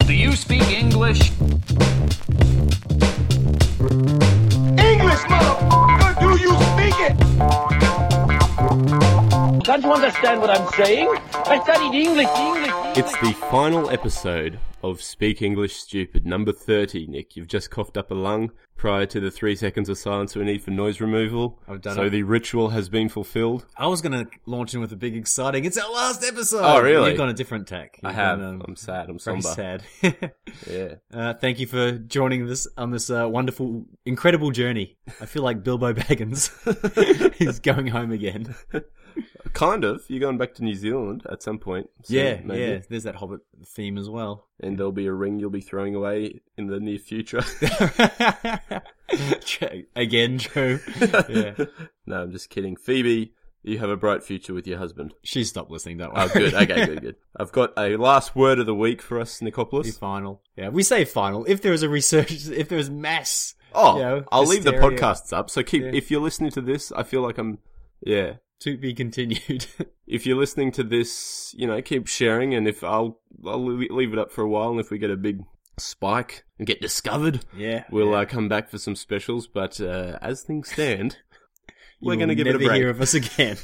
Do you speak English? English, motherfucker, do you speak it? Can't you understand what I'm saying? I studied English, English, English. It's the final episode of Speak English Stupid, number 30, Nick. You've just coughed up a lung prior to the three seconds of silence we need for noise removal. I've done so it. the ritual has been fulfilled. I was going to launch in with a big exciting. It's our last episode. Oh, really? You've gone a different tack. I You've have. gone, um, I'm sad. I'm very somber. sad. Yeah. uh, thank you for joining us on this uh, wonderful, incredible journey. I feel like Bilbo Baggins is going home again. Kind of. You're going back to New Zealand at some point. soon, yeah, maybe. yeah. There's that Hobbit theme as well. And there'll be a ring you'll be throwing away in the near future. Joe- again, Joe. Yeah. no, I'm just kidding. Phoebe, you have a bright future with your husband. She stopped listening, don't worry. Oh, good. Okay, good, good. I've got a last word of the week for us, The Nicopolis. final. Yeah, we say final. If there is a research, if there is mass. Oh, you know, I'll leave the hysteria podcasts up. So keep, Yeah. if you're listening to this, I feel like I'm, yeah. To be continued. If you're listening to this, you know, keep sharing. And if I'll, I'll le- leave it up for a while. And if we get a big spike and get discovered, yeah. we'll uh, come back for some specials. But uh, as things stand, You we're will going to give it a never break. hear of us again.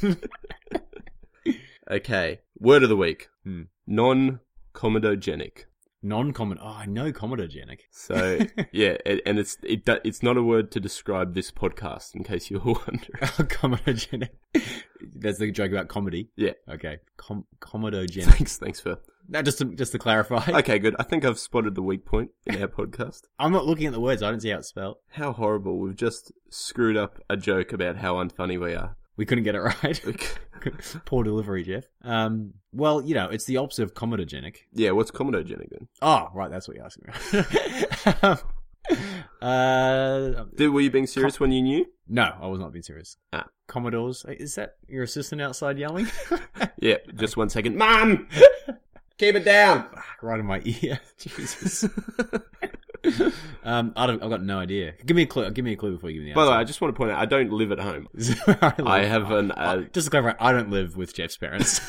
Okay. Word of the week. Hmm. Non-comedogenic. Non-common. Oh, I know comedogenic. So yeah, and, and it's it do- it's not a word to describe this podcast, in case you were wondering. Oh, comedogenic. That's the joke about comedy. Yeah. Okay. Com- comedogenic. Thanks, thanks for. now, just to, just to clarify, Okay, good. I think I've spotted the weak point in our podcast. I'm not looking at the words. I don't see how it's spelled. How horrible! We've just screwed up a joke about how unfunny we are. We couldn't get it right. Poor delivery, Jeff. Um, well, you know, it's the opposite of comedogenic. yeah, what's comedogenic then? Oh, right. That's what you're asking me. Um, uh, Did, were you being serious when you knew? no, I was not being serious. Ah. Commodores. Is that your assistant outside yelling? Yeah, just one second, Mum. Keep it down. right in my ear. Jesus. um, I don't, I've got no idea. Give me a clue. Give me a clue before you give me the By the way, answer. I just want to point out I don't live at home. I have an. Uh, just to clarify, I don't live with Jeff's parents.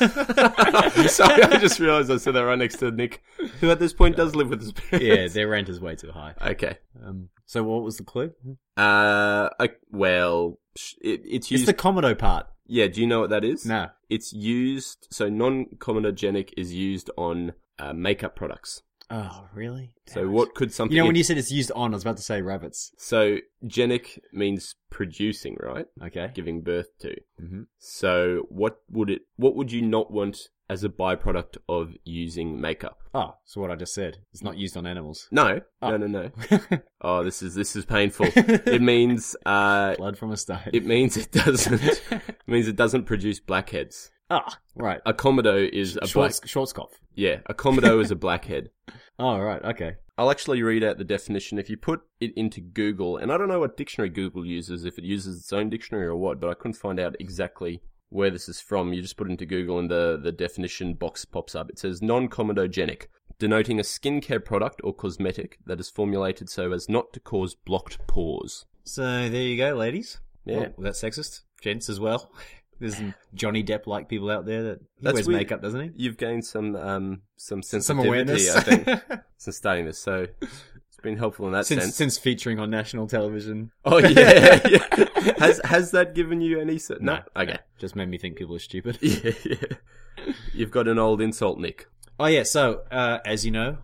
uh, Sorry, I just realised I said that right next to Nick, who at this point does live with his parents. yeah, their rent is way too high. Okay. Um, so what was the clue? Uh, I, well, sh- it, it's It's used. the Commodo part. yeah, do you know what that is? No. It's used. So non-comedogenic is used on uh, makeup products. Oh, really? So what could something? You know, when you said it's used on, I was about to say rabbits. so genic means producing, right? Okay. Giving birth to. Mhm. So what would it? What would you not want as a byproduct of using makeup? Oh, so what I just said. It's not used on animals. No, Oh. no, no, no. Oh, this is this is painful. it means uh, Blood from a stone. it means it doesn't it means it doesn't produce blackheads. Ah, right. A commodo is a black Schwartz, Schwarzkopf. yeah. A commodo is a blackhead. Oh, right. Okay. I'll actually read out the definition if you put it into Google, and I don't know what dictionary Google uses, if it uses its own dictionary or what, but I couldn't find out exactly where this is from. You just put it into Google and the, the definition box pops up. It says non comedogenic, denoting a skincare product or cosmetic that is formulated so as not to cause blocked pores. So there you go, ladies. Yeah. Oh, that's sexist. Gents as well. There's some Johnny Depp like people out there that he That's wears weird. makeup, doesn't he? You've gained some um some Some sensitivity, awareness. I think, since starting this. So it's been helpful in that since sense. since featuring on national television. oh yeah, yeah. Has has that given you any? se- No. Okay. Just made me think people are stupid. yeah, yeah. You've got an old insult, Nick. Oh yeah, so uh, as you know,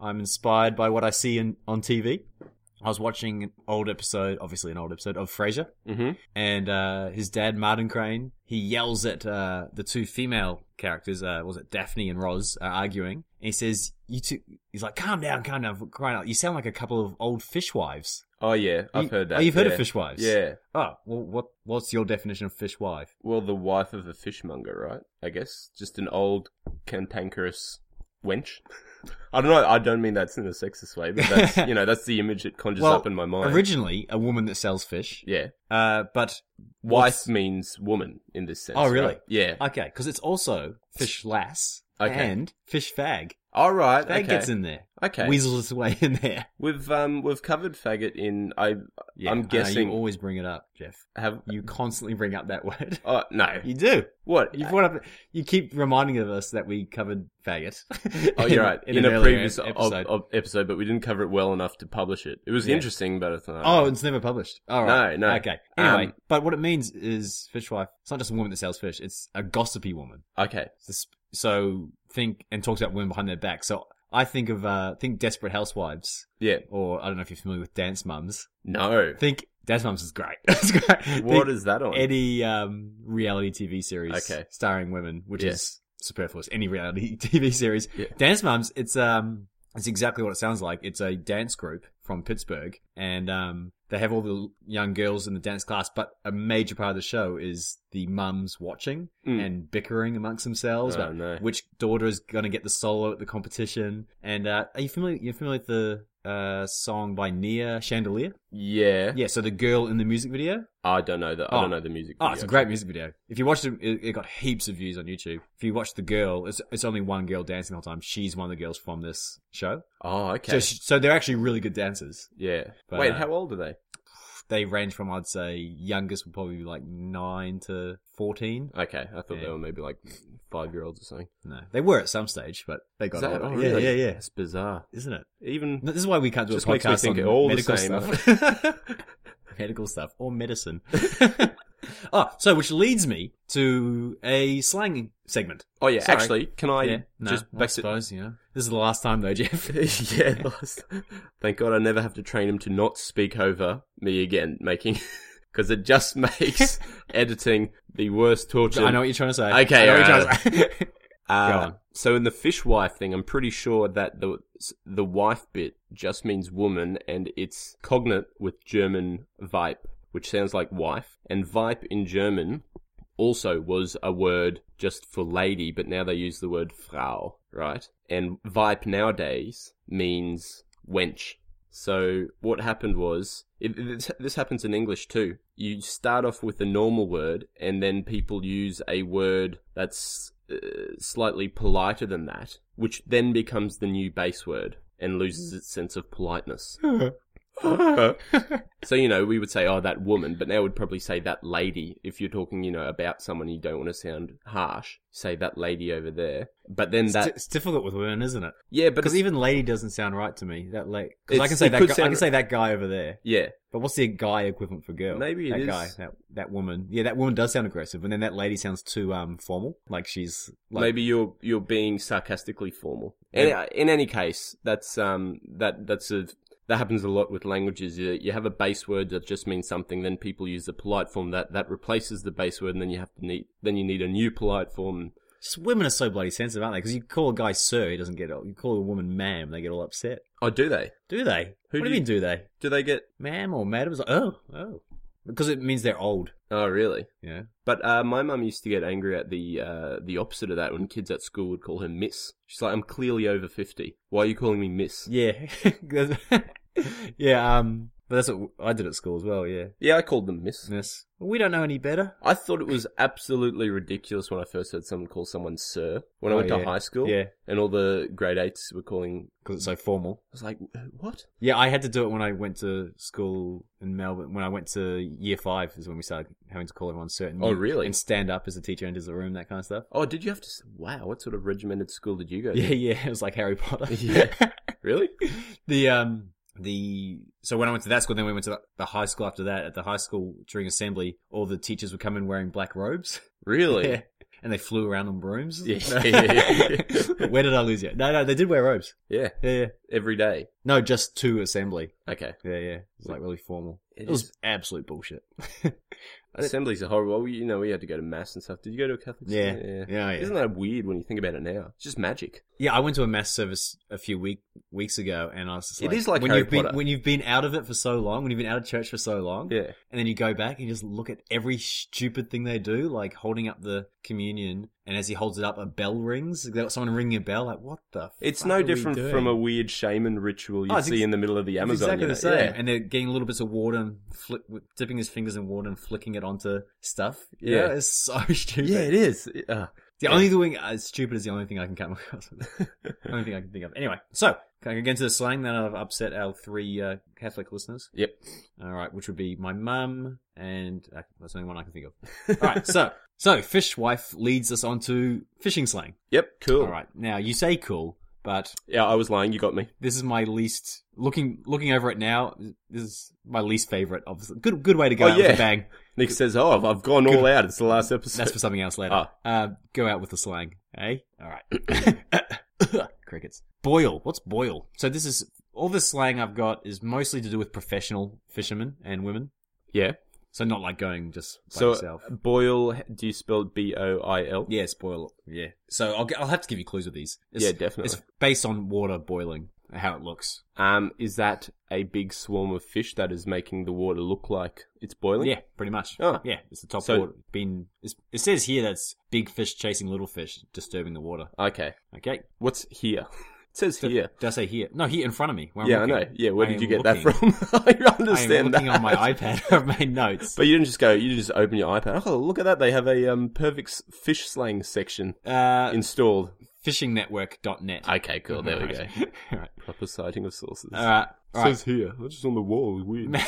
I'm inspired by what I see in, on TV. I was watching an old episode, obviously an old episode of Frasier, Mhm. and uh, his dad Martin Crane he yells at uh, the two female characters, uh, was it Daphne and Roz, are arguing, and he says, "You two, he's like, calm down, calm down, crying out, you sound like a couple of old fishwives." Oh yeah, I've You- heard that. Oh, you've heard of yeah. fishwives? Yeah. Oh, well, what what's your definition of fishwife? Well, the wife of a fishmonger, right? I guess just an old cantankerous wench. I don't know. I don't mean that's in a sexist way, but that's you know that's the image it conjures Well, up in my mind. Originally, a woman that sells fish. yeah, Uh, but wife what's- means woman in this sense. Oh, really? right? Yeah. Okay, because it's also fish lass Okay. and fish fag. All right, That okay. gets in there. Okay, Weasels its way in there. we've um we've covered faggot in. I Yeah, I'm I know, guessing- you always bring it up, Jeff. have. You constantly bring up that word. Oh no! You do. What? You brought up. You keep reminding of us that we covered faggot. Oh, you're right. In, In, an a earlier previous uh, ob- episode. ob- episode, but we didn't cover it well enough to publish it. It was Yeah. interesting, but I thought, Oh, it's never published. All right. No, no. Okay. Anyway, Um, but what it means is fishwife. It's not just a woman that sells fish. It's a gossipy woman. okay. It's the sp- so think and talks about women behind their back. So I think of uh think Desperate Housewives, Yeah. or I don't know if you're familiar with Dance Mums. No. Think Dance Mums is great. it's great. What Think is that on? any um reality TV series Okay. starring women, which Yes. is superfluous. Any reality TV series, Yeah. Dance Moms. It's um, it's exactly what it sounds like. It's a dance group from Pittsburgh, and um, they have all the young girls in the dance class. But a major part of the show is the mums watching Mm. and bickering amongst themselves Oh, about no. which daughter is going to get the solo at the competition. And uh, are you familiar? You're familiar with the uh song by Nia Chandelier? Yeah. Yeah. So the girl in the music video. I don't know that. I Oh. don't know the music. Oh, it's a video. great music video. If you watched it, it it got heaps of views on YouTube. If you watch the girl, it's, it's only one girl dancing the whole time. She's one of the girls from this show. Oh, okay. So, she, so they're actually really good dancers. yeah. But, Wait, uh, how old are they? They range from, I'd say, youngest would probably be like 9 to 14. Okay, I thought Yeah. they were maybe like five year olds or something. No, they were at some stage, but they got Is that- older. oh, yeah, really? yeah, yeah. It's bizarre. Isn't it? Even No, This is why we can't do Just a makes me podcast think on all the medical same. stuff. medical stuff or medicine. oh, so which leads me to a slang segment. oh yeah, Sorry. actually, can I yeah, no, just I back to suppose, yeah. This is the last time though, Jeff. yeah, the last- thank God I never have to train him to not speak over me again, making because it just makes editing the worst torture. I know what you're trying to say. Okay, I know what all you're trying to say. Uh, Go on. So in the fish wife thing, I'm pretty sure that the the wife bit just means woman, and it's cognate with German "vibe," which sounds like wife, and "vibe" in German also was a word just for lady, but now they use the word Frau, right? And Vipe nowadays means wench. So what happened was, it, it, this happens in English too. You start off with a normal word, and then people use a word that's uh, slightly politer than that, which then becomes the new base word and loses its sense of politeness. So, you know, we would say, oh, that woman, but now we'd probably say that lady. If you're talking, you know, about someone you don't want to sound harsh, say that lady over there. But then It's, di- that, it's difficult with women, isn't it? yeah, but Because it's, even lady doesn't sound right to me. That late. Because I It's- can say it that. could Guy, I sound can right. say that guy over there. yeah, But what's the guy equivalent for girl? Maybe it that is- guy. That that woman. Yeah, that woman does sound aggressive, and then that lady sounds too um formal. Like she's like maybe you're, you're being sarcastically formal. And uh, in any case, that's, um, that, that's a, that happens a lot with languages. You, you have a base word that just means something, then people use the polite form that, that replaces the base word, and then you have to need, then you need a new polite form. just women are so bloody sensitive, aren't they? Because you call a guy sir, he doesn't get. all- You call a woman ma'am, they get all upset. Oh, do they? Do they? Who what do do you you- mean? Do they? Do they get, Ma'am or madam? It's like, oh, oh, because it means they're old. oh, really? Yeah. But uh, my mum used to get angry at the uh, the opposite of that when kids at school would call her Miss. She's like, I'm clearly over fifty. Why are you calling me Miss? Yeah, Yeah. yeah, um but that's what I did at school as well, yeah. I called them Miss. Yes. We don't know any better. I thought it was absolutely ridiculous when I first heard someone call someone Sir when I Oh, went yeah. to high school. Yeah, And all the grade eights were calling. because it's so formal. I was like, "Uh, what? Yeah, I had to do it when I went to school in Melbourne. When I went to year five is when we started having to call everyone certain. Oh, really? And stand up as the teacher enters the room, that kind of stuff. Oh, did you have to? s- Wow, what sort of regimented school did you go to? Yeah, yeah, it was like Harry Potter. Yeah. really? the um the so when I went to that school, then we went to the- the high school after that. At the high school during assembly, all the teachers would come in wearing black robes. Really? Yeah. And they flew around on brooms. Yeah, yeah, yeah. Where did I lose you? No, no, they did wear robes. Yeah, Yeah, yeah. Every day. No, just to assembly. Okay. Yeah, yeah. It's like really formal. It, It was is- absolute bullshit. Assemblies are horrible. We- You know, we had to go to mass and stuff. Did you go to a Catholic? school? Yeah. yeah. yeah, yeah. Isn't that weird when you think about it now? It's just magic. yeah, I went to a mass service a few week weeks ago, and I was just It like, is like when Harry you've been Potter. when you've been out of it for so long, when you've been out of church for so long, Yeah. and then you go back and you just look at every stupid thing they do, like holding up the communion, and as he holds it up, a bell rings. They got someone ringing a bell. Like, what the? It's fuck are no we different doing? from a weird shaman ritual you Oh, it's see ex- in the middle of the It's Amazon. exactly you know? the same. Yeah. And they're getting little bits of water and flick, dipping his fingers in water and flicking it onto stuff. Yeah. yeah, it's so stupid. Yeah, it is. It- uh, The only thing as stupid is the only thing I can come across. With only thing I can think of. Anyway, so can I get into the slang that I've upset our three uh, Catholic listeners? Yep. All right, which would be my mum, and uh, that's the only one I can think of. All right, so so fishwife leads us on to fishing slang. Yep. Cool. All right, now you say cool, but Yeah, I was lying. You got me. this is my least looking looking over it now. This is my least favorite. Obviously, good good way to go Oh, out with yeah. a bang. Nick says, "Oh, I've, I've gone all out. It's the last episode." That's for something else later. Ah. Uh, go out with the slang, eh? All right. Crickets. Boil. What's boil? So this is all this slang I've got is mostly to do with professional fishermen and women. yeah. So not like going just by So uh, yourself. Boyle, do you spell it B O I L? Yeah, spoil. Yeah. So I'll, g- I'll have to give you clues with these. It's, Yeah, definitely. It's based on water boiling, how it looks. Um, is that a big swarm of fish that is making the water look like it's boiling? Yeah, pretty much. Ah. Yeah, it's the top So- water. Been, it's, it says here that's big fish chasing little fish, disturbing the water. Okay. Okay. What's here? It says Did, here. did I say here? No, here in front of me. where I'm Yeah, I looking. know. Yeah, where I did you am get looking. that from? I I am understand looking that. on my iPad. I've made notes. But you didn't just go. You just open your iPad. Oh, look at that! They have a um, perfect s- fish slang section Uh, installed. fishingnetwork.net. Okay, cool. There we go. Alright. Alright. Proper citing of sources. All right. All right. Says here. It's just on the wall. Weird.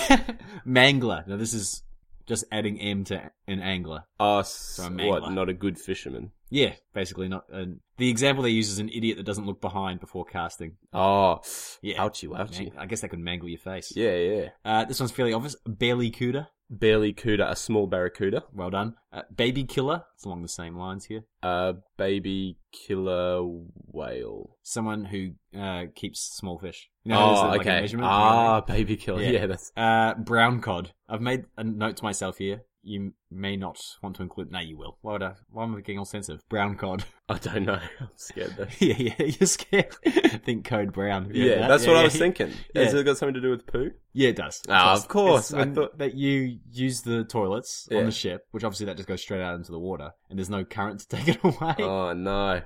Mangler. Now this is just adding M to an angler. Us. a what? mangler. Not a good fisherman. Yeah, basically not. An, the example they use is an idiot that doesn't look behind before casting. Oh, Yeah. Ouchie, ouchie. Mang- I guess that could mangle your face. Yeah, yeah. Uh, this one's fairly obvious. Belly cooter. Barely cuda, a small barracuda. Well done. Uh, baby killer. It's along the same lines here. A baby killer whale. Someone who uh, keeps small fish. You there's, oh, like, a okay. measurement. Ah, baby killer. Yeah. Yeah. that's. Uh, brown cod. I've made a note to myself here. You may not want to include. No, you will. Why would I? Why am I getting all sensitive? Brown cod. I don't know. I'm scared though. yeah, yeah. You're scared. Think code brown. Have you Yeah, heard that? that's what yeah. I was thinking. Yeah. Has it got something to do with poo? Yeah, it does. Ah, It does. of course, It's I when- thought- that you use the toilets on Yeah. the ship, which obviously that just goes straight out into the water, and there's no current to take it away. Oh no,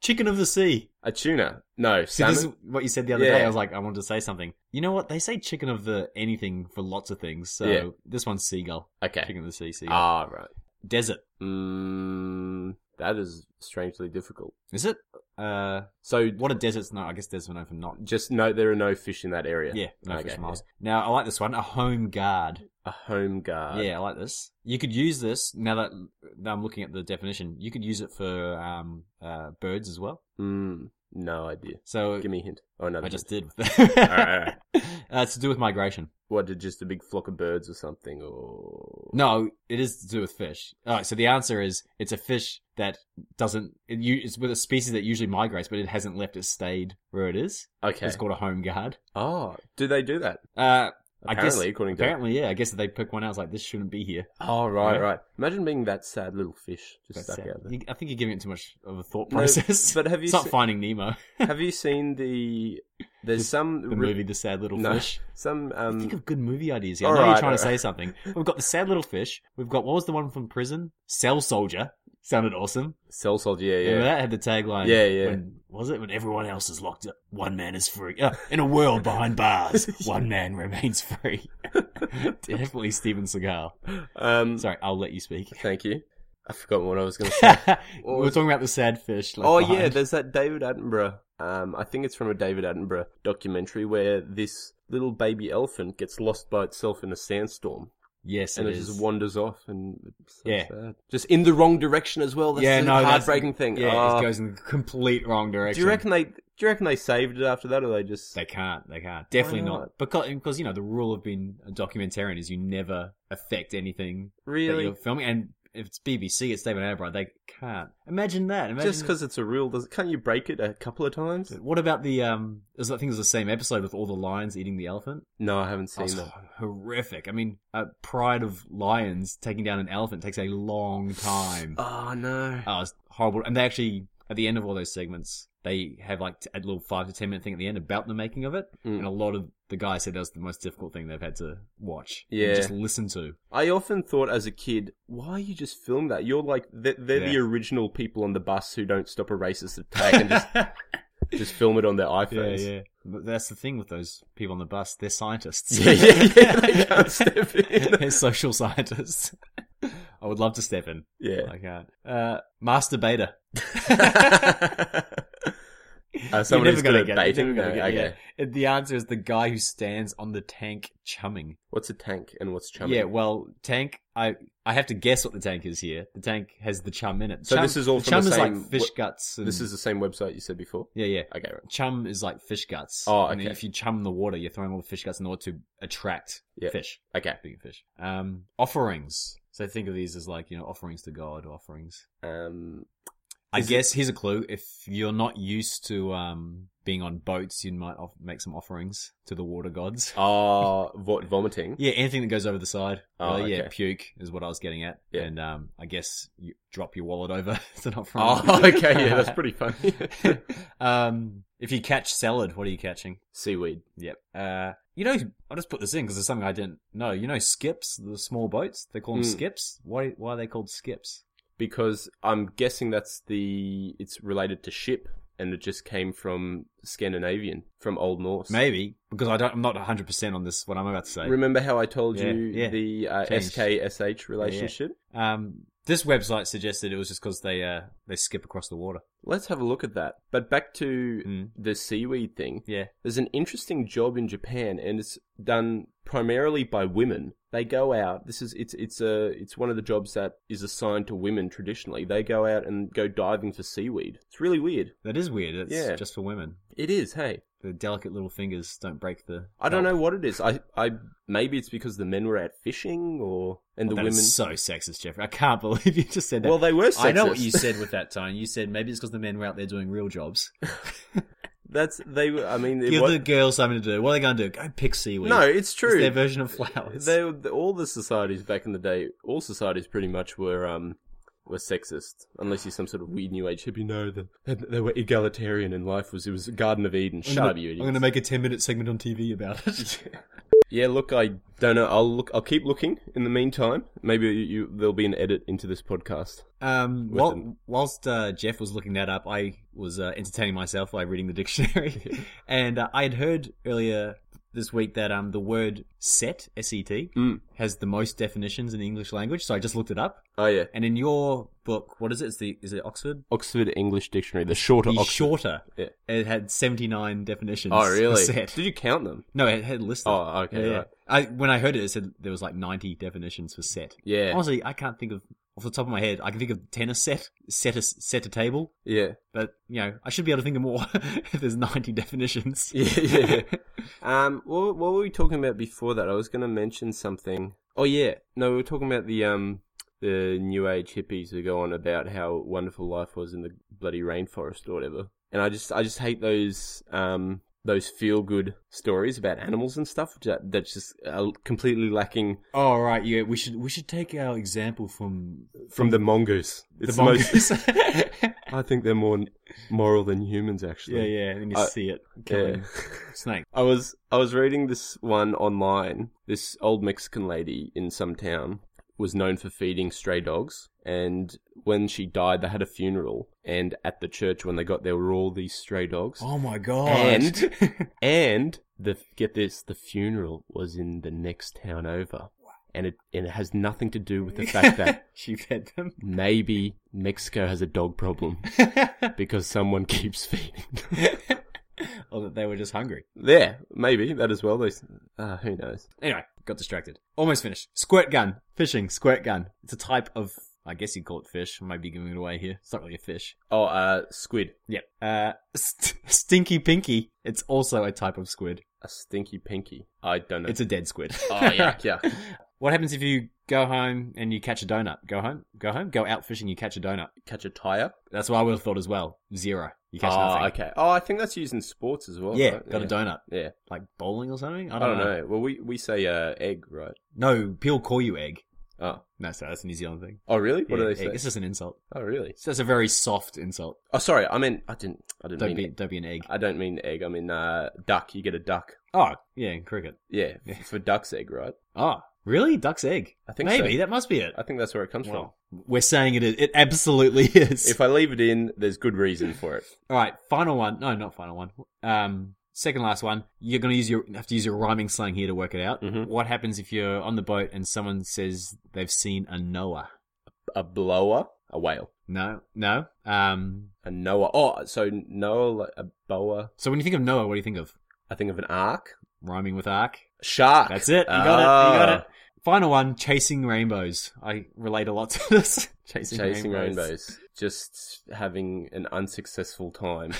Chicken of the sea. a tuna. No, See, salmon. this is what you said the other Yeah. day. I was like, I wanted to say something. You know what? They say chicken of the anything for lots of things. So Yeah. this one's seagull. Okay. Chicken of the sea, seagull. Ah, right. Desert. Mm, that is strangely difficult. Is it? Uh, So what are deserts? No, I guess deserts are known for not. just no, there are no fish in that area. Yeah, no Okay, fish miles. Now I like this one. A home guard. A home guard. yeah, I like this. You could use this now that, now I'm looking at the definition. You could use it for um, uh, birds as well. Mm, no idea. So Give me a hint. Oh no, I they just just did with that. right, uh, it's to do with migration. what? did Just a big flock of birds or something? Or No, it is to do with fish. All right, so the answer is it's a fish that doesn't. It, u- it's with a species that usually migrates, but it hasn't left. It stayed where it is. Okay. It's called a home guard. Oh, do they do that? Uh, I guess- Apparently, according to. apparently, yeah. I guess if they pick one out, it's like this shouldn't be here. Oh right, Yeah. right. Imagine being that sad little fish just That's stuck sad. out there. You- I think you're giving it too much of a thought No, process. But have you it's not se- Finding Nemo, have you seen the? There's some the re- movie, The Sad Little No. Fish. Some I think um. of good movie ideas here. I all know you're right, trying to all say right. something. We've got The Sad Little Fish. We've got, what was the one from prison? Cell Soldier. Sounded awesome. Cell soldier. Yeah, yeah. Remember that had the tagline. Yeah, yeah. When, was it when everyone else is locked up? One man is free. Uh, in a world behind bars, one man remains free. Definitely Steven Seagal. Um, Sorry, I'll let you speak. Thank you. I've forgotten what I was going to we say. were talking about the sad fish. left oh yeah, behind. there's that David Attenborough. Um, I think it's from a David Attenborough documentary where this little baby elephant gets lost by itself in a sandstorm yes, and it it, is. just wanders off and it's so Yeah. sad. just in the wrong direction as well. That's yeah, the no, that's- heartbreaking thing. Yeah, Oh, it goes in the complete wrong do direction. you reckon they? Do you reckon they saved it after that, or they just? They can't. They can't. Definitely not? not. Because because you know the rule of being a documentarian is you never affect anything that Really? you're filming. And if it's BBC, it's David Attenborough. They can't. Imagine that. Imagine Just because it's a rule, does can't you break it a couple of times? What about the um? it was- I think it was the same episode with all the lions eating the elephant. No, I haven't That seen was that. horrific. I mean, a pride of lions taking down an elephant takes a long time. Oh no! Oh, it's horrible. And they actually, at the end of all those segments, they have like t- a little five to ten minute thing at the end about the making of it. Mm. And a lot of the guys said that was the most difficult thing they've had to watch. and Yeah. Just listen to. I often thought as a kid, why are you just filming that? You're like, they're, they're the Yeah. original people on the bus who don't stop a racist attack and just, just film it on their yeah, iPhones. yeah. But that's the thing with those people on the bus. They're scientists. Yeah, yeah, yeah, they can't step in. they're social scientists. I would love to step in. Yeah. I can't. Uh, masturbator. Uh, someone You're who's never good at gonna get it. You're baiting. never No, gonna get it. okay. Yeah. The answer is the guy who stands on the tank chumming. What's a tank and what's chumming? Yeah, well, tank. I I have to guess what the tank is here. The tank has the chum in it. So Chum- this is all the from chum the is same- like fish wh- guts. And, This is the same website you said before. yeah, um, yeah. Okay, right. Chum is like fish guts. Oh, And then okay. if you chum the water, you're throwing all the fish guts in the water to attract Yeah. fish, Okay. bigger fish. Um, offerings. So think of these as like you know offerings to God, offerings. Um, I Is it- guess here's a clue. If you're not used to um, being on boats, you might off- make some offerings to the water gods. ah, vo- vomiting. Yeah, anything that goes over the side. Oh, Really, Yeah, okay. puke is what I was getting at. Yeah. And um, I guess you drop your wallet over. it's an offering. Oh, okay. Yeah, that's pretty funny. um, if you catch salad, what are you catching? Seaweed. Yep. Uh, you know, I'll just put this in because it's something I didn't know. You know, skips, the small boats, they call them Mm. skips. Why, why are they called skips? Because I'm guessing that's the. It's related to ship, and it just came from Scandinavian, from Old Norse. Maybe because I don't. I'm not 100 percent on this. What I'm about to say. Remember how I told Yeah, you yeah. the uh, Changed. SKSH relationship? Um, this website suggested it was just because they uh they skip across the water. Let's have a look at that. But back to Mm. the seaweed thing. Yeah. There's an interesting job in Japan, and it's done primarily by women. They go out. This is it's it's a it's one of the jobs that is assigned to women traditionally. They go out and go diving for seaweed. It's really weird. That is weird. It's Yeah. just for women. It is. Hey, The delicate little fingers don't break the. I don't know what it is. I I maybe it's because the men were out fishing, or and the That women. is so sexist, Jeffrey. I can't believe you just said that. well, they were. Sexist. I know what you said with that tone. You said maybe it's because the men were out there doing real jobs. That's they. were I mean, it Give was, the girls something to do. What are they going to do? Go pick seaweed. no, it's true. It's their version of flowers. They were- all the societies back in the day, all societies pretty much were um were sexist, unless you're some sort of weird new age hippie. No, the, they, they were egalitarian, and life was it was a Garden of Eden. I'm Shut up, gonna, you idiots. I'm gonna make a 10 minute segment on TV about it. Yeah, look, I don't know. I'll look. I'll keep looking. In the meantime, maybe you, you there'll be an edit into this podcast. Um, With whil- an- whilst uh, Jeff was looking that up, I was uh, entertaining myself by reading the dictionary, and uh, I had heard earlier this week that um the word set s e t Mm. has the most definitions in the English language. So I just looked it up, Oh yeah, and in your book, what is it? It's the is it Oxford? Oxford English Dictionary, the shorter The Oxford. shorter. Yeah. It had seventy nine definitions. oh for really? Set. Did you count them? No, it had listed. Oh okay. yeah. right. I when I heard it, it said there was like ninety definitions for set. Yeah. Honestly, I can't think of off the top of my head. I can think of tennis set, set a set a table, yeah. but you know, I should be able to think of more if there's 90 definitions. Yeah, yeah, Um, what, what were we talking about before that? I was going to mention something. Oh yeah, no, we were talking about the um the new age hippies who go on about how wonderful life was in the bloody rainforest or whatever. And I just I just hate those um those feel good stories about animals and stuff that that's just uh, completely lacking All Oh, right, yeah, we should we should take our example from from the mongoose. It's the, most. mongoose. I think they're more moral than humans actually. yeah, yeah, and you I- see it Yeah. killing snake. I was I was reading this one online. This old Mexican lady in some town was known for feeding stray dogs, and when she died, they had a funeral. And at the church, when they got there, were all these stray dogs. Oh my god! And- And the get this, the funeral was in the next town over, and it and it has nothing to do with the fact that she fed them. maybe Mexico has a dog problem because someone keeps feeding. them. or Oh, that they were just hungry. There, maybe that as well. They, s- uh, who knows? Anyway, got distracted. Almost finished. Squirt gun. Fishing. Squirt gun. It's a type of. I guess you'd call it fish. I might be giving it away here. It's not really a fish. Oh, uh, squid. Yep. Uh, st- stinky pinky. It's also a type of squid. A stinky pinky. I don't know. It's a dead squid. oh yuck, yuck. What happens if you go home and you catch a donut? Go home, go home, go out fishing, you catch a donut. Catch a tire. That's what I would have thought as well. Zero. You catch oh, nothing. okay. Oh, I think that's used in sports as well. Yeah, right? got a donut. Yeah. Like bowling or something? I I don't, don't know. Well, we we say uh, egg, right? No, people call you egg. Oh, No, sorry, that's a New Zealand thing. oh, really? What Yeah, do they egg. say? It's just an insult. Oh, really? It's just a very soft insult. Oh, sorry. I meant I didn't. I didn't Don't mean. Uh, be, don't be an egg. I don't mean egg. I mean uh, duck. You get a duck. Oh, yeah, in cricket. Yeah, Yeah. for duck's egg, right? Oh, really? Duck's egg. I think Maybe, so. that must be it. I think that's where it comes Well, we're saying it is. It absolutely is. from. If I leave it in, there's good reason for it. All right, final one. No, not final one. Um, second last one. You're gonna use your have to use your rhyming slang here to work it out. Mhm. What happens if you're on the boat and someone says they've seen a Noah? a blower, a whale, No, no. Um, a Noah. Oh, so Noah, like a boa. so when you think of Noah, what do you think of? I think of an ark, Rhyming with ark. shark. Ah. That's it. You got it. You got it. Final one: chasing rainbows. I relate a lot to this. chasing, Chasing rainbows, just having an unsuccessful time.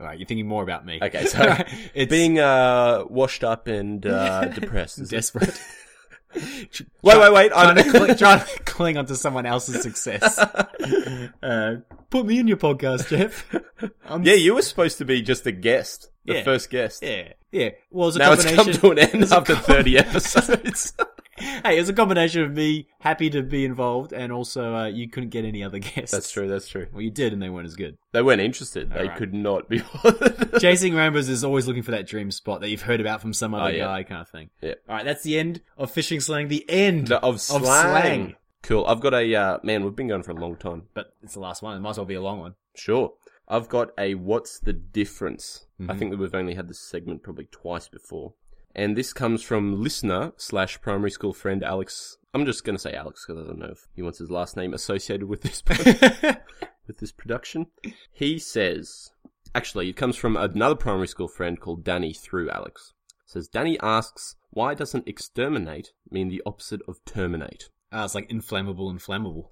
All right, you're thinking more about me. Okay, so it's Being uh, washed up and uh, depressed. is it? desperate. wait, wait, wait! trying, I'm to cling, trying to cling onto someone else's success. Uh, put me in your podcast, Jeff. I'm- yeah, you were supposed to be just a guest, the Yeah. first guest. Yeah, yeah. Well, it's a Now it's combination. come to an end it's a after com- 30 episodes. hey, it's a combination of me happy to be involved and also uh, you couldn't get any other guests. That's true. That's true. Well, you did, and they weren't as good. They weren't interested. they Alright. could not be bothered. Chasing Rainbows is always looking for that dream spot that you've heard about from some other Oh, yeah. guy, kind of thing. Yeah. All right, that's the end of fishing slang. The end. No, of, slang. slang. Cool. I've got a uh, man. We've been going for a long time. But it's the last one. It might as well be a long one. Sure. I've got a what's the difference? I Mhm. think that we've only had this segment probably twice before, and this comes from listener slash primary school friend Alex. I'm just going to say Alex because I don't know if he wants his last name associated with this with this production. He says, actually, it comes from another primary school friend called Danny through Alex. says Danny asks, why doesn't exterminate mean the opposite of terminate? Ah, it's like inflammable and flammable.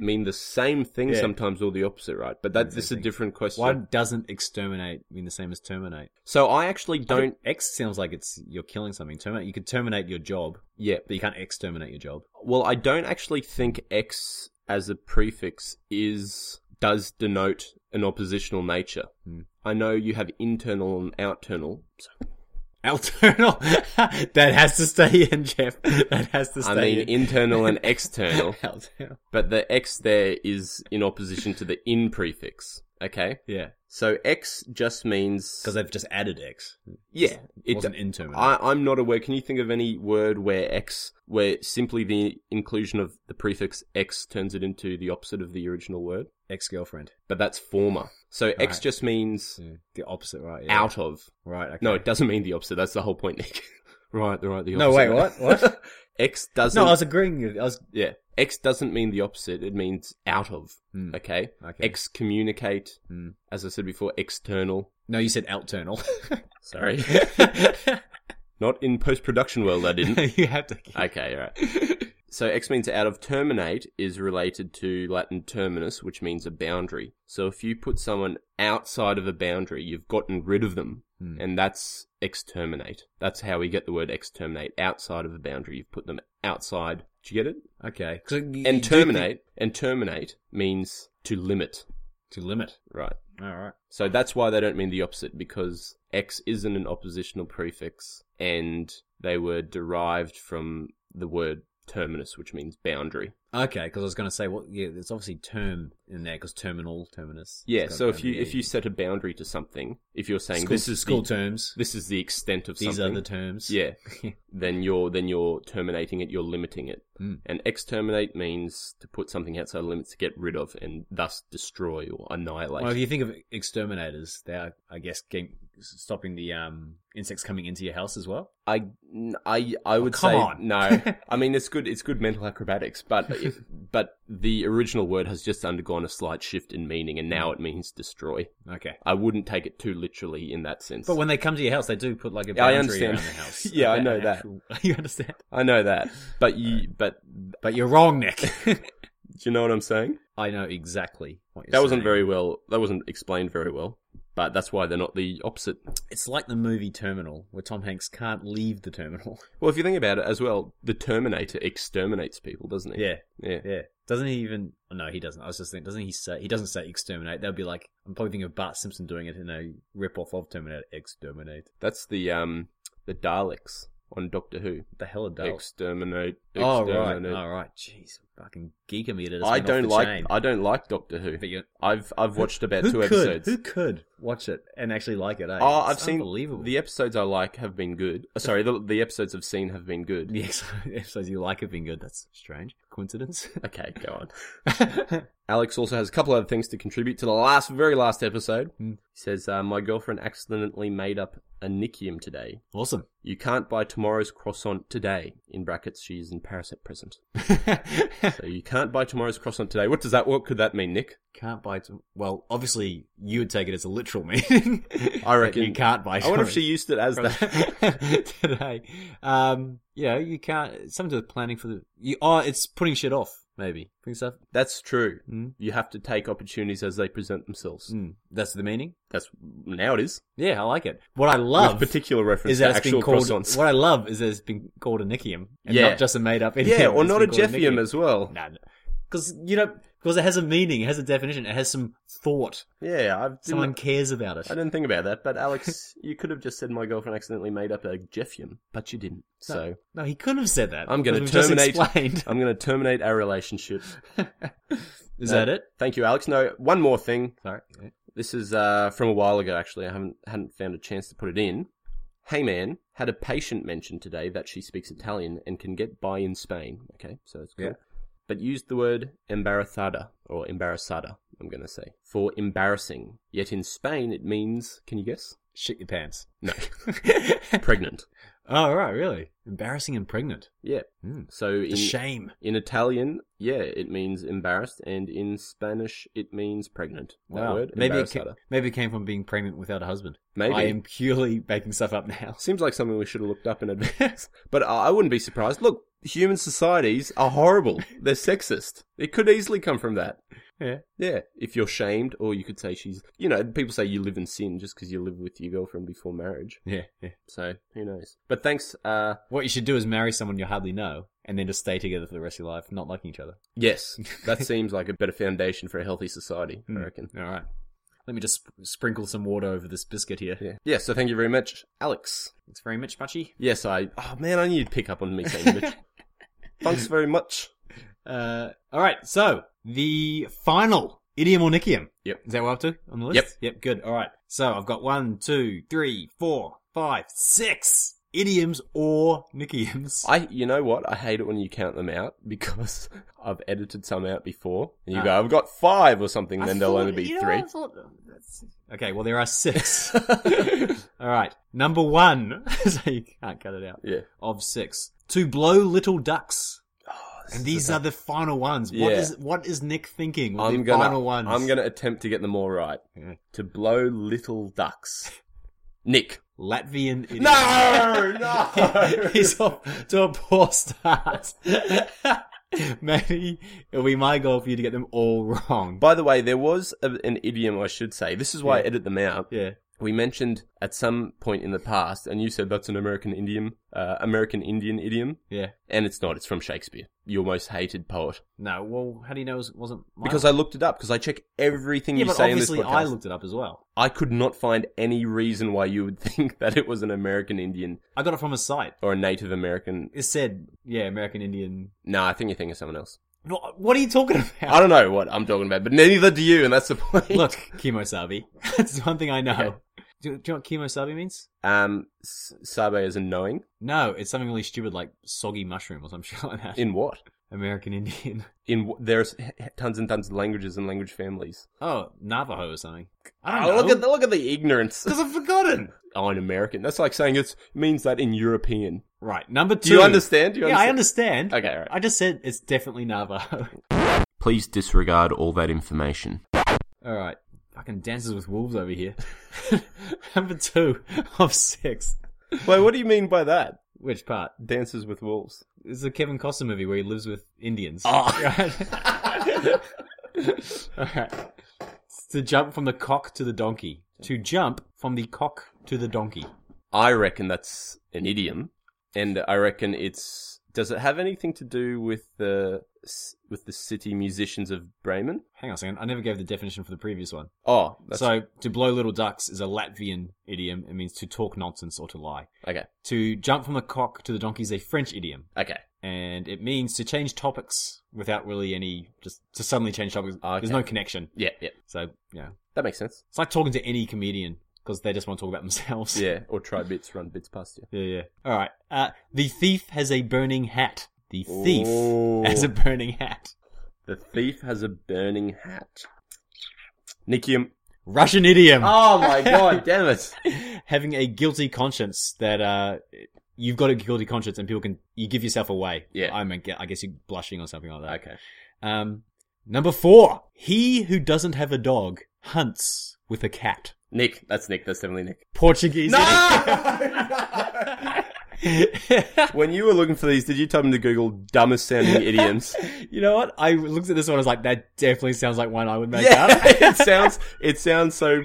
Mean the same thing Yeah. sometimes or the opposite, right? But that this is a Interesting. different question. Why doesn't exterminate mean the same as terminate? So I actually I don't. think X sounds like it's you're killing something. Terminate. You could terminate your job, Yeah. but you can't exterminate your job. Well, I don't actually think X as a prefix is does denote an oppositional nature. Hmm. I know you have internal and outternal. So, Alternal. that has to stay in, Jeff. That has to stay I mean, in. internal and external. Alternal. But the X there is in opposition to the in prefix. Okay, Yeah, so X just means because they've just added X. yeah. It It, wasn't interminate. I, I'm not aware. Can you think of any word where X, where simply the inclusion of the prefix X turns it into the opposite of the original word? Ex-girlfriend. But that's former. So X Right. just means The opposite, right? Yeah. out of. Right. Okay. No, it doesn't mean the opposite. That's the whole point, Nick. right, right. The opposite. No, wait, what? What? X doesn't. no, I was agreeing. With, I was Yeah. X doesn't mean the opposite. It means out of. Hmm. Okay. okay. Excommunicate. Hmm. As I said before, external. no, you said alternal. Sorry. you Not in post production world, I didn't. have to. Keep... okay, all right. So X means out of terminate is related to Latin terminus, which means a boundary. So if you put someone outside of a boundary, you've gotten rid of them. Hmm. And that's exterminate. That's how we get the word exterminate outside of a boundary. You've put them outside. Do you get it? okay. So you- you And do think- terminate and terminate means to limit. to limit. Right. All right. So that's why they don't mean the opposite because X isn't an oppositional prefix and they were derived from the word terminus, which means boundary. Okay, because I was going to say, well, yeah, there's obviously term in there because terminal, terminus. Yeah, It's got so a if you term, if yeah. you set a boundary to something, if you're saying E. school, this is school the, terms, this is the extent of these something, are the terms. yeah, then you're then you're terminating it, you're limiting it. Mm. And exterminate means to put something outside limits to get rid of and thus destroy or annihilate. Well, if you think of exterminators, they are, I guess, getting, stopping the um, insects coming into your house as well. I n- I I would Oh, come say on. no. I mean it's good it's good mental acrobatics, but if, but the original word has just undergone a slight shift in meaning and Hmm. now it means destroy. Okay. I wouldn't take it too literally in that sense. But when they come to your house, they do put like a Yeah, I boundary understand. around the house. Yeah, I An know that. you understand? I know that. But you but But you're wrong, Nick. do you know what I'm saying? I know exactly what you're That wasn't saying. very well that wasn't explained very well. But that's why they're not the opposite It's like the movie Terminal, where Tom Hanks can't leave the terminal. Well, if you think about it as well, the Terminator exterminates people, doesn't he? yeah, Yeah. yeah. Doesn't he even? oh, No, he doesn't. I was just thinking, doesn't he say? He doesn't say exterminate. That'd be like I'm probably thinking of Bart Simpson doing it in a rip-off of Terminator. Exterminate. That's the um the Daleks on Doctor Who. The hell are Daleks? Exterminate. Oh right, exterminate. all right. Jeez, fucking geekometer. I don't like I don't like Doctor Who. But you- I've I've watched about who two could, episodes. Who could watch it and actually like it? Eh? Oh, It's I've seen unbelievable. the episodes I like have been good. Uh, Sorry, the, the episodes I've seen have been good. The ex- episodes you like have been good. That's strange. Coincidence. Okay, go on. Alex also has a couple other things to contribute to the last, very last episode. Hmm. He says, uh, "My girlfriend accidentally made up a Nikium today. awesome. You can't buy tomorrow's croissant today." In brackets, she's in Paris at present. so you can't buy tomorrow's croissant today. What does that? What could that mean, Nick? Can't buy. T- well, obviously you would take it as a literal meaning. I that reckon- you can't buy. I wonder if she used it as that. that today. Um, you know, you can't. Some of the planning for the. You, oh, it's putting shit off. Maybe putting stuff. That's true. Mm. You have to take opportunities as they present themselves. Mm, that's the meaning. That's now it is. Yeah, I like it. What I With love particular reference is that to it's actual been called. croissants. What I love is that it's been called a Nikium, and Yeah. not just a made up. yeah, or not a Jeffium as well. Nah, because you know, because it has a meaning, it has a definition, it has some thought. Yeah, I've Someone didn't, cares about it. I didn't think about that. But Alex, you could have just said my girlfriend accidentally made up a Jeffium, but you didn't. So No, he couldn't have said that. I'm gonna because we've terminate- Just explained. I'm going to terminate our relationship. Is that it? Thank you, Alex. No, one more thing. Sorry. Yeah. This is uh, from a while ago, actually. I haven't hadn't found a chance to put it in. Hey man, had a patient mention today that she speaks Italian and can get by in Spain. Okay, so that's cool. Yeah. But used the word embarazada or embarazada. I'm going to say for embarrassing. Yet in Spain, it means can you guess? Shit your pants. No, pregnant. oh right, really embarrassing and pregnant. Yeah. Hmm. So in The shame. in Italian, yeah, it means embarrassed, and in Spanish, it means pregnant. That Wow. word, maybe it embarazada. ca- maybe it came from being pregnant without a husband. Maybe. I am purely making stuff up now. Seems like something we should have looked up in advance. But I I wouldn't be surprised. Look, human societies are horrible. They're sexist. It could easily come from that. Yeah. Yeah. If you're shamed, or you could say she's, you know, people say you live in sin just because you live with your girlfriend before marriage. Yeah, yeah. So who knows? But thanks. Uh, What you should do is marry someone you hardly know, and then just stay together for the rest of your life, not liking each other. yes, that seems like a better foundation for a healthy society. I reckon. All right. Let me just sp- sprinkle some water over this biscuit here. Yeah. Yeah. So thank you very much, Alex. It's very much muchy. Yes, I. Oh man, I knew you'd pick up on me saying Mitch. Thanks very much. Uh, all right. So the final idiom or nikium. Yep. Is that what we're up to on the list? Yep. Yep. Good. All right. So I've got one, two, three, four, five, six idioms or nikiums. I, you know what? I hate it when you count them out because I've edited some out before, and you Ah. go, "I've got five or something," I then there'll thought- only be you know, three. I thought- that's- okay. Well, there are six. all right. Number one. so you can't cut it out. Yeah. Of six. To blow little ducks. And these are the final ones. What Yeah. is what is Nick thinking? with I'm the gonna, final ones. I'm gonna attempt to get them all right. Yeah. To blow little ducks, Nick. Latvian idiom. No, no. He's off to a poor start. Maybe it'll be my goal for you to get them all wrong. By the way, there was a, an idiom I should say. This is why I Yeah. edit them out. yeah. We mentioned at some point in the past, and you said that's an American idiom, uh, American Indian idiom, Yeah. and it's not. It's from Shakespeare, your most hated poet. No, well, how do you know it wasn't mine? Because I looked it up because I check everything Yeah, you but say in this obviously podcast. I looked it up as well. I could not find any reason why you would think that it was an American Indian I got it from a site. or a Native American. It said, yeah, American Indian. No, I think you're thinking of someone else. No, What are you talking about? I don't know what I'm talking about, but neither do you, and that's the point. Look, kimosabi. That's one thing I know. Okay. Do, do you know what kimosabi means? um, s- sabe is a knowing No, it's something really stupid like soggy mushroom or some shit like that. in what? American Indian. In w- there's h- h- tons and tons of languages and language families. Oh, Navajo or something. I Oh, don't look know. at the, look at the ignorance. Because I've forgotten. Oh, in American, that's like saying it's, it means that in European. Right, number two. Do you understand? Do you Yeah, I understand. Okay, all right. I just said it's definitely Navajo. Please disregard all that information. All right. Fucking dances with wolves over here. number two of six. Wait, what do you mean by that? Which part? Dances with Wolves. It's the Kevin Costner movie where he lives with Indians. Oh. Right? All right. To jump from the cock to the donkey. To jump from the cock to the donkey. I reckon that's an idiom, and I reckon it's. Does it have anything to do with the s- with the city musicians of Bremen? Hang on a second. I never gave the definition for the previous one. Oh, that's, so, to blow little ducks is a Latvian idiom. It means to talk nonsense or to lie. okay, To jump from the cock to the donkey is a French idiom, okay. and it means to change topics without really any, just to suddenly change topics. Ah, Okay. There's no connection. Yeah, yeah, So, yeah. that makes sense. It's like talking to any comedian because they just want to talk about themselves. Yeah, or try bits, run bits past you. Yeah, yeah. All right. Uh, the thief has a burning hat. The thief Ooh. has a burning hat. The thief has a burning hat. Nikium. Russian Ah. idiom. Oh my god, damn it! Having a guilty conscience that uh, you've got a guilty conscience, and people can you give yourself away. Yeah. I mean, I guess you're blushing or something like that. Okay. Um, number four, he who doesn't have a dog hunts with a cat. Nick, that's Nick. That's definitely Nick. Portuguese. when you were looking for these, did you type into Google dumbest sounding idioms? you know what? I looked at this one. I was like, that definitely sounds like one I would make yeah, up. it sounds it sounds so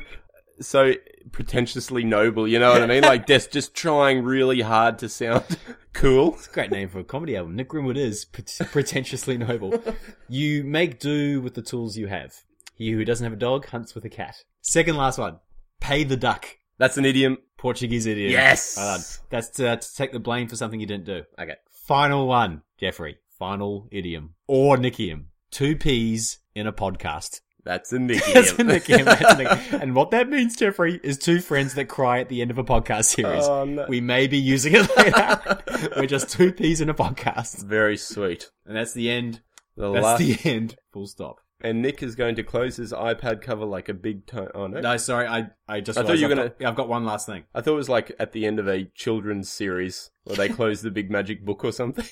so pretentiously noble. You know what I mean? Like just just trying really hard to sound cool. Great name for a comedy album. Nick Grimwood is pret- pretentiously noble. You make do with the tools you have. He who doesn't have a dog hunts with a cat. Second last one. Pay the duck. That's an idiom. Portuguese idiom. Yes! Well done. That's to, to take the blame for something you didn't do. Okay. Final one, Jeffrey. Final idiom or Nickium. Two P's in a podcast. That's a Nick idiom. That's a Nickium. That's a Nickium. And what that means, Jeffrey, is two friends that cry at the end of a podcast series. Oh, no. We may be using it later. We're just two P's in a podcast. Very sweet. And that's the end. The That's last, the end. Full stop. and Nick is going to close his iPad cover like a big tone. Oh no. No, sorry, I, I just I thought realised you were I've gonna- got- yeah, I've got one last thing. I thought it was like at the end of a children's series where they close the big magic book or something.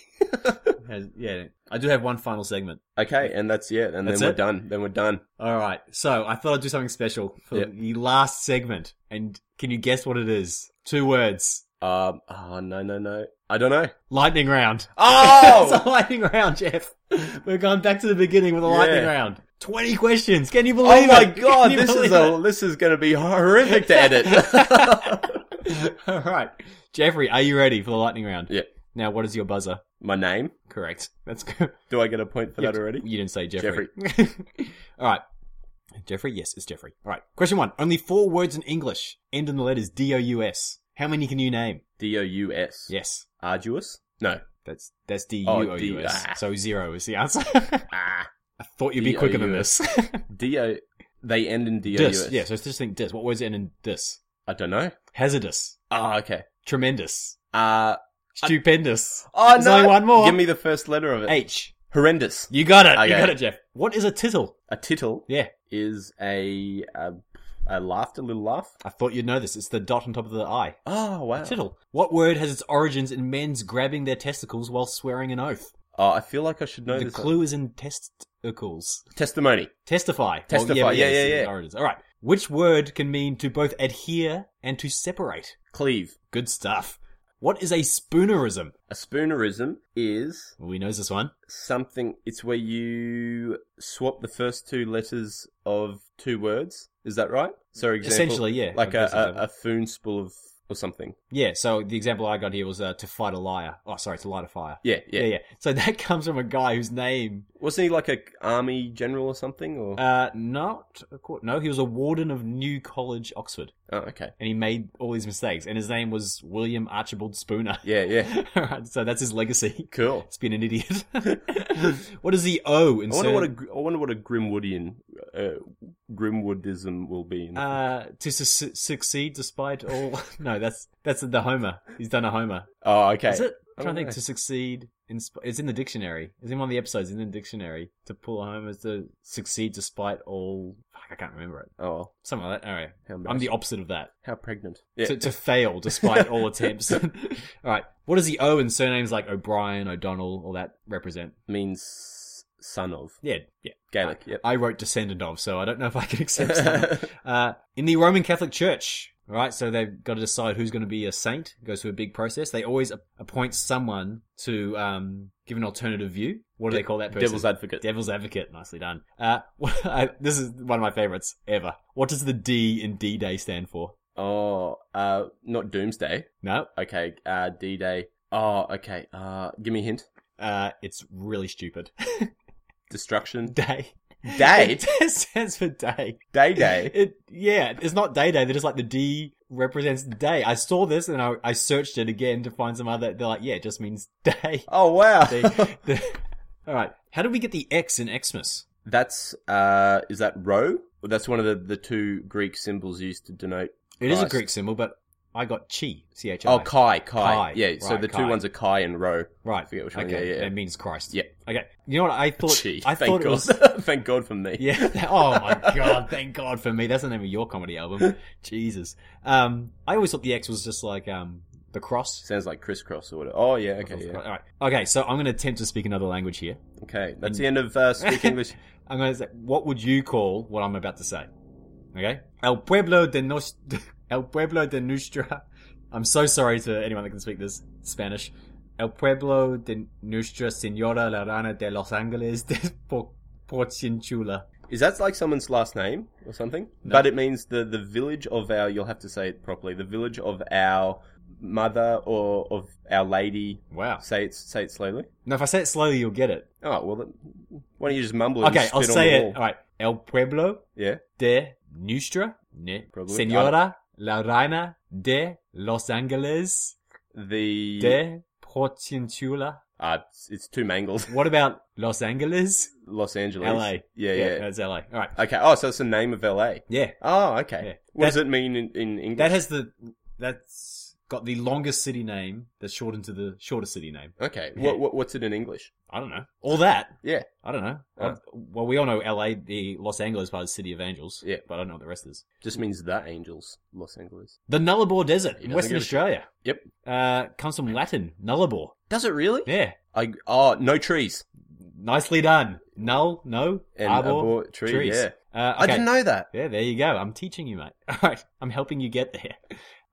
Has- Yeah, I do have one final segment. okay, and that's yeah, and That's then we're it? done. Then we're done. All right. So I thought I'd do something special for Yeah. the last segment. And can you guess what it is? Two words. Um, oh no, no, no. I don't know. Lightning round. Oh, it's a lightning round, Jeff. We're going back to the beginning with a lightning Yeah. round. 20 questions. Can you believe oh it? my Can god, you this is believe a this is going to be horrific to edit. it? All right. Jeffrey, are you ready for the lightning round? Yeah. Now, what is your buzzer? my name. Correct. That's good. Do I get a point for Yep. that already? You didn't say Jeffrey. All right. Jeffrey, yes, it's Jeffrey. All right. Question one. Only four words in English end in the letters D O U S. How many can you name? D O U S. Yes. Arduous. No. That's that's D U O U D- ah. S. So zero is the answer. Ah. I thought you'd be quicker than D-O-U-S. this. D O. They end in D O U dis. S. Yeah, so just think dis. What words end in dis? I don't know. Hazardous. Ah, okay. Tremendous. Uh, Stupendous. oh There's only one more. Give me the first letter of it. H. Horrendous. You got it. Okay. You got it, Jeff. What is a tittle? A tittle Yeah. is a a, a laugh, a little laugh. I thought you'd know this. It's the dot on top of the I. Oh wow. Tittle. What word has its origins in men's grabbing their testicles while swearing an oath? Oh, I feel like I should know the this. clue is in testicles. Testimony. Testify. Well, Testify. but Yeah, it's yeah, the yeah. origins. All right. Which word can mean to both adhere and to separate? Cleave. Good stuff. What is a spoonerism? A spoonerism is Well, he knows this one. something. It's where you swap the first two letters of two words. Is that right? So, example, Essentially, yeah. like That's a, exactly- a, a spoonful of or something. Yeah, so the example I got here was uh, to fight a liar. Oh, sorry, to light a fire. Yeah, yeah. yeah. So that comes from a guy whose name. Wasn't he like a army general or something? Or Uh, not a court. No, he was a warden of New College, Oxford, oh, okay. and he made all these mistakes. And his name was William Archibald Spooner. Yeah, yeah. all right, so that's his legacy. Cool. It's been an idiot. what is the O in I wonder what a Sir- gr- I wonder what a Grimwoodian uh, Grimwoodism will be. In uh, to su- succeed despite all? no, that's that's the Homer. He's done a Homer. oh, okay. Is it? I'm trying to don't think know. to succeed in sp- it's in the dictionary. It's in one of the episodes in the dictionary to pull home is to succeed despite all. Fuck, I can't remember it. Oh, well, Something like that. All right, how I'm the embarrassing. opposite of that. how pregnant. Yeah. To, to fail despite all attempts. all right, what does the O in surnames like O'Brien, O'Donnell, all that represent? means son of Yeah, yeah. Gaelic. Yep. I wrote descendant of, so I don't know if I can accept that. uh, in the Roman Catholic Church, right? So they've got to decide who's going to be a saint. It goes through a big process. They always ap- appoint someone to um, give an alternative view. What do they call that person? Devil's advocate. Devil's advocate. Nicely done. Uh, what, I, this is one of my favorites ever. What does the D in D Day stand for? oh, uh, not Doomsday. No, Okay. Uh, D Day. Oh, okay. Uh, give me a hint. uh, it's really stupid. Destruction. day. Day. It stands for day. Day Day. It yeah, it's not day day. They're just like the D represents day. I saw this and I, I searched it again to find some other. They're like, yeah, it just means day. Oh wow. They- the- all right. How did we get the X in Xmas? That's uh, is that row? Well, that's one of the the two Greek symbols used to denote. It is a Christ. Greek symbol, but I got chi, c h i. Oh, Kai, Kai. Kai. Yeah, so Right, the Kai. two ones are Kai and Row. right. forget which okay, one, yeah, yeah. it means Christ. Yeah. Okay. You know what? I thought. Gee, I thank thought God. it was. thank God for me. Yeah. Oh my god! Thank God for me. That's the name of your comedy album. Jesus. Um, I always thought the X was just like um, The cross. Sounds like crisscross or whatever. Oh yeah, okay, yeah. All right. Okay, so I'm going to attempt to speak another language here. Okay, Mm. that's the end of uh, Speak English. I'm going to say, what would you call what I'm about to say? Okay? El pueblo de nos, el pueblo de nuestra. I'm so sorry to anyone that can speak this Spanish. El pueblo de nuestra señora la rana de los ángeles de Por- Porcianchula. Is that like someone's last name or something? But it means the, the village of our, you'll have to say it properly, the village of our mother or of our lady. Wow. Say it, say it slowly. Now, if I say it slowly, you'll get it. Oh, well, then, why don't you just mumble it Okay, and spit I'll on say the it. wall? All right. El pueblo Yeah? de nuestra ne, Probably. señora la rana de los ángeles The... de Porcianchula. Ah, it's, it's two mangles. What about Los Angeles? Los Angeles. LA. Yeah, yeah. That's LA. All right. Okay, oh, so it's the name of LA. Yeah. Oh, okay. Yeah. What does That- it mean in, in English? That has the that's got the longest city name that's shortened to the shorter city name. Okay, Yeah. What, what, what's it in English? I don't know. All that. Yeah. I don't know. Uh. well, we all know LA, the Los Angeles part is City of Angels. Yeah. But I don't know what the rest is. Just means the angels, Los Angeles. The Nullarbor Desert He in doesn't Western give a shit. Australia. Yep. Uh, comes from Latin, Nullarbor. Does it really? Yeah. I, oh, no trees. Nicely done. Null, no, And arbor, arbor, tree, trees. yeah. Uh, I okay. didn't know that. Yeah, there you go. I'm teaching you, mate. All right, I'm helping you get there.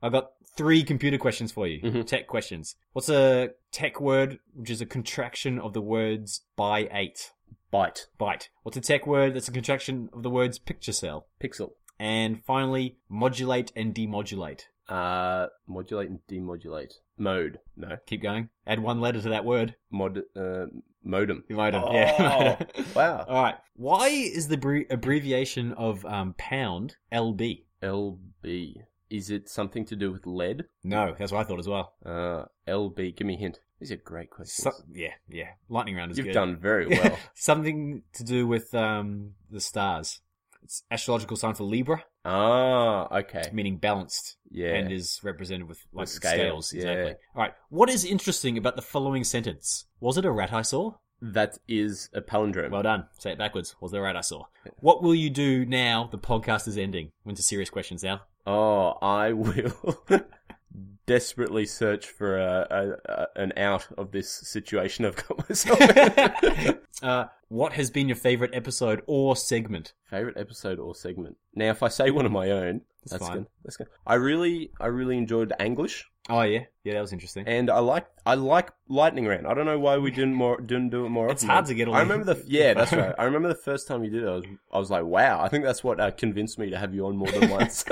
I've got three computer questions for you. Mhm. Tech questions. What's a tech word which is a contraction of the words by eight? Bite. Byte. What's a tech word that's a contraction of the words picture cell? Pixel. And finally, modulate and demodulate. Uh, modulate and demodulate. Mode. No. Keep going. Add one letter to that word. Mod. Uh, modem. Modem. Oh, Yeah. wow. All right. Why is the bre- abbreviation of um, pound LB? LB. Is it something to do with lead? No, that's what I thought as well. Uh, LB. Give me a hint. These are great questions. So, yeah, yeah. Lightning round is You've good. done very well. Something to do with um, the stars. It's astrological sign for Libra, ah, okay. meaning balanced, Yeah. and is represented with like scales, scales. yeah. Exactly. All right. What is interesting about the following sentence? Was it a rat I saw? that is a palindrome. Well done. Say it backwards. Was it a rat I saw? What will you do now? The podcast is ending. Went to serious questions now. Oh, I will desperately search for a, a, a an out of this situation I've got myself. in. uh, what has been your favorite episode or segment? Favorite episode or segment? Now, if I say one of my own, That's that's fine. good. That's good. I really, I really enjoyed Anglish, Oh yeah, yeah, that was interesting. and I like, I like Lightning Round. I don't know why we didn't more, didn't do it more It's often. hard to get all I the- remember the, yeah, that's right. I remember the first time you did it. I was, I was like, wow. I think that's what uh, convinced me to have you on more than once.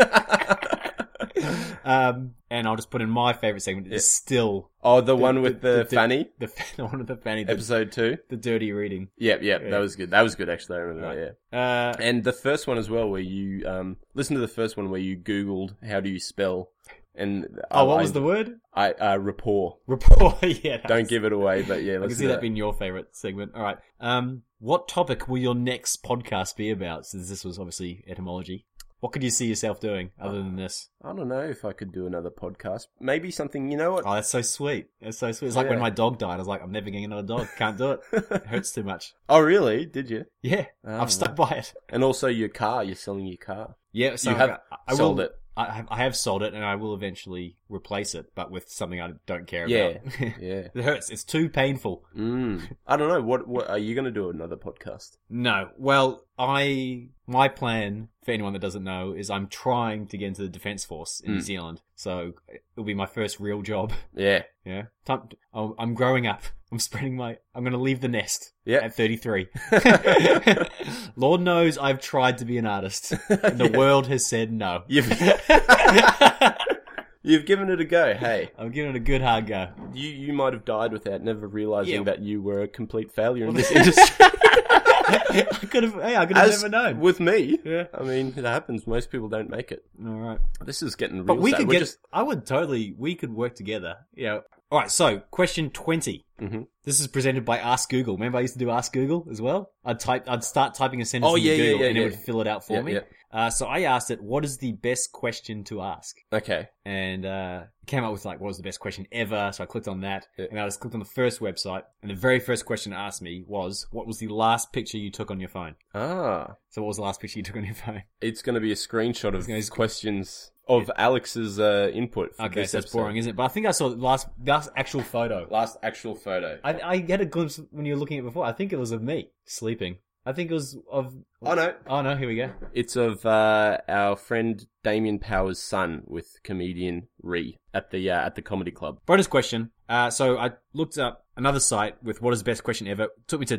um, and I'll just put in my favorite segment. It's still oh, the one with the, fanny, the, the one with the fanny, the, episode two. the dirty reading. Yep, yep, Yeah. that was good. That was good, actually. I remember Right. that. Yeah. Uh, And the first one as well, where you um, listen to the first one where you Googled how do you spell, and oh, what I- was the word? I uh, rapport. Rapport. yeah. that's- Don't give it away, but yeah, I let's can do see that that. being your favorite segment. All right. Um, what topic will your next podcast be about? Since this was obviously etymology, what could you see yourself doing other than this? I don't know if I could do another podcast. Maybe something. You know what? Oh, that's so sweet. That's so sweet. It's like when Yeah. my dog died. I was like, I'm never getting another dog. Can't do it. It hurts too much. oh, really? Did you? Yeah, Oh, I'm stuck by it. And also your car. You're selling your car. Yeah, so You I- have I, I sold will, it. I have, I have sold it, and I will eventually replace it, but with something I don't care Yeah. about. Yeah. it hurts. It's too painful. Mm. I don't know. What? What are you going to do? Another podcast? No. Well, I my plan for anyone that doesn't know is I'm trying to get into the defence force in New Mm. Zealand, so it'll be my first real job. Yeah. Yeah. Time, oh, I'm growing up. I'm spreading my. I'm going to leave the nest Yeah. at 33. Lord knows I've tried to be an artist, and the world has said no. You've you've given it a go. Hey. I'm giving it a good hard go. You you might have died without never realizing Yeah. that you were a complete failure in this industry. I could have. Hey, I could have As never known. With me, Yeah. I mean, it happens. Most people don't make it. All right. This is getting real. But we sad. could We're get. just- I would totally. We could work together. Yeah. All right. So, question 20 Mhm. This is presented by Ask Google. Remember, I used to do Ask Google as well. I'd type. I'd start typing a sentence. Oh, into yeah, yeah, Google yeah, And it yeah. would fill it out for Yeah, me. yeah. Uh, so I asked it, "What is the best question to ask?" okay. And uh, it came up with like, "What was the best question ever?" So I clicked on that, Yeah. and I just clicked on the first website, and the very first question it asked me was, "What was the last picture you took on your phone?" Ah, So, what was the last picture you took on your phone? it's going to be a screenshot of gonna be- questions of Alex's uh, input. For Okay, this so it's episode. boring, isn't it? But I think I saw the last last actual photo. Last actual photo. I, I had a glimpse when you were looking at it before. I think it was of me sleeping. I think it was of. Oh no, Oh no! Here we go. it's of uh, our friend Damien Power's son with comedian Ree at the uh, at the comedy club. Bonus question. Uh, so I looked up another site with what is the best question ever. took me to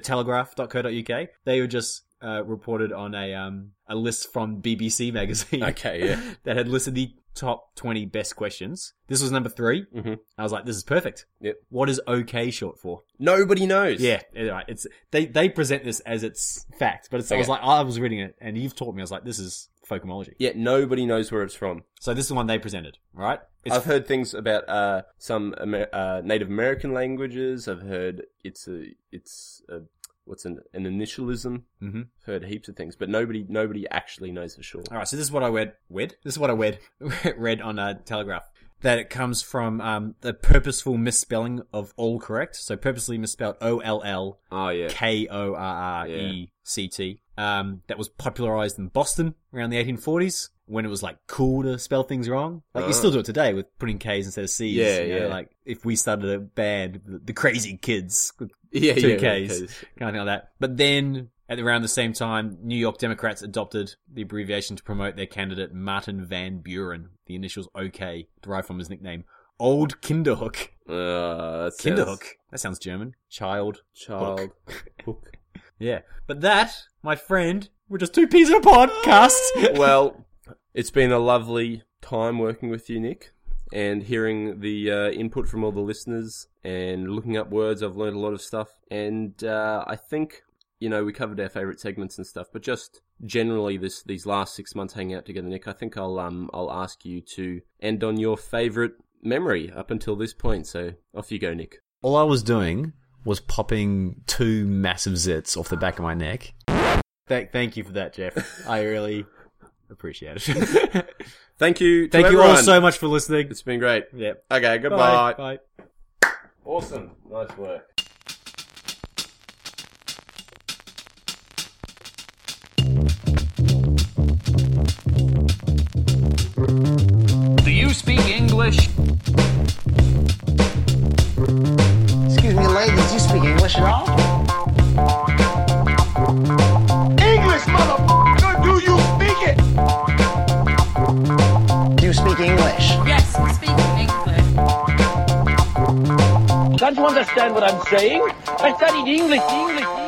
telegraph.co.uk. They were just uh, reported on a um, a list from BBC magazine. Okay, yeah. that had listed the top 20 best questions. This was number 3 Mhm. I was like, this is perfect. Yep. What is okay short for? Nobody knows. Yeah, yeah, right. It's they they present this as it's fact, but it's, I was Okay. like, I was reading it, and you've taught me. I was like, this is folkomology. Yeah, nobody knows where it's from. So this is the one they presented, right? It's, I've heard things about uh, some Amer- uh, Native American languages. I've heard it's a it's a, what's an an initialism. Mhm. I've heard heaps of things, but nobody nobody actually knows for sure. all right. So this is what I read. Read. This is what I read. read on uh, Telegraph that it comes from um, the purposeful misspelling of all correct. So purposely misspelled O L L Oh yeah, K O R R E C T. Um, that was popularized in Boston around the 1840s when it was like cool to spell things wrong. Like Ah. you still do it today with putting K's instead of C's. Yeah, you know, yeah. Like if we started a band, the, the Crazy Kids, kind yeah, two yeah, Ks. Ks. of thing like that. But then at around the same time, New York Democrats adopted the abbreviation to promote their candidate Martin Van Buren. The initials OK derived from his nickname. Old Kinderhook. Uh, that sounds- Kinderhook. That sounds German. Child child. Yeah. But that, my friend, we're just two peas in a podcast. well, it's been a lovely time working with you, Nick, and hearing the uh, input from all the listeners and looking up words. I've learned a lot of stuff, and uh, I think you know we covered our favorite segments and stuff, but just generally this these last six months hanging out together, Nick. I think I'll um I'll ask you to end on your favorite memory up until this point. So off you go, Nick. All I was doing was popping two massive zits off the back of my neck. Thank, thank you for that, Jeff. I really appreciate it. Thank you. to thank you all everyone. so much for listening. It's been great. Yep. Okay. Goodbye. Bye. Awesome. Nice work. Do you speak English? Excuse me, ladies, you speak English at all? English, motherfucker, do you speak it? Do you speak English? Yes, speaking English. Can't you understand what I'm saying? I studied English, English, English.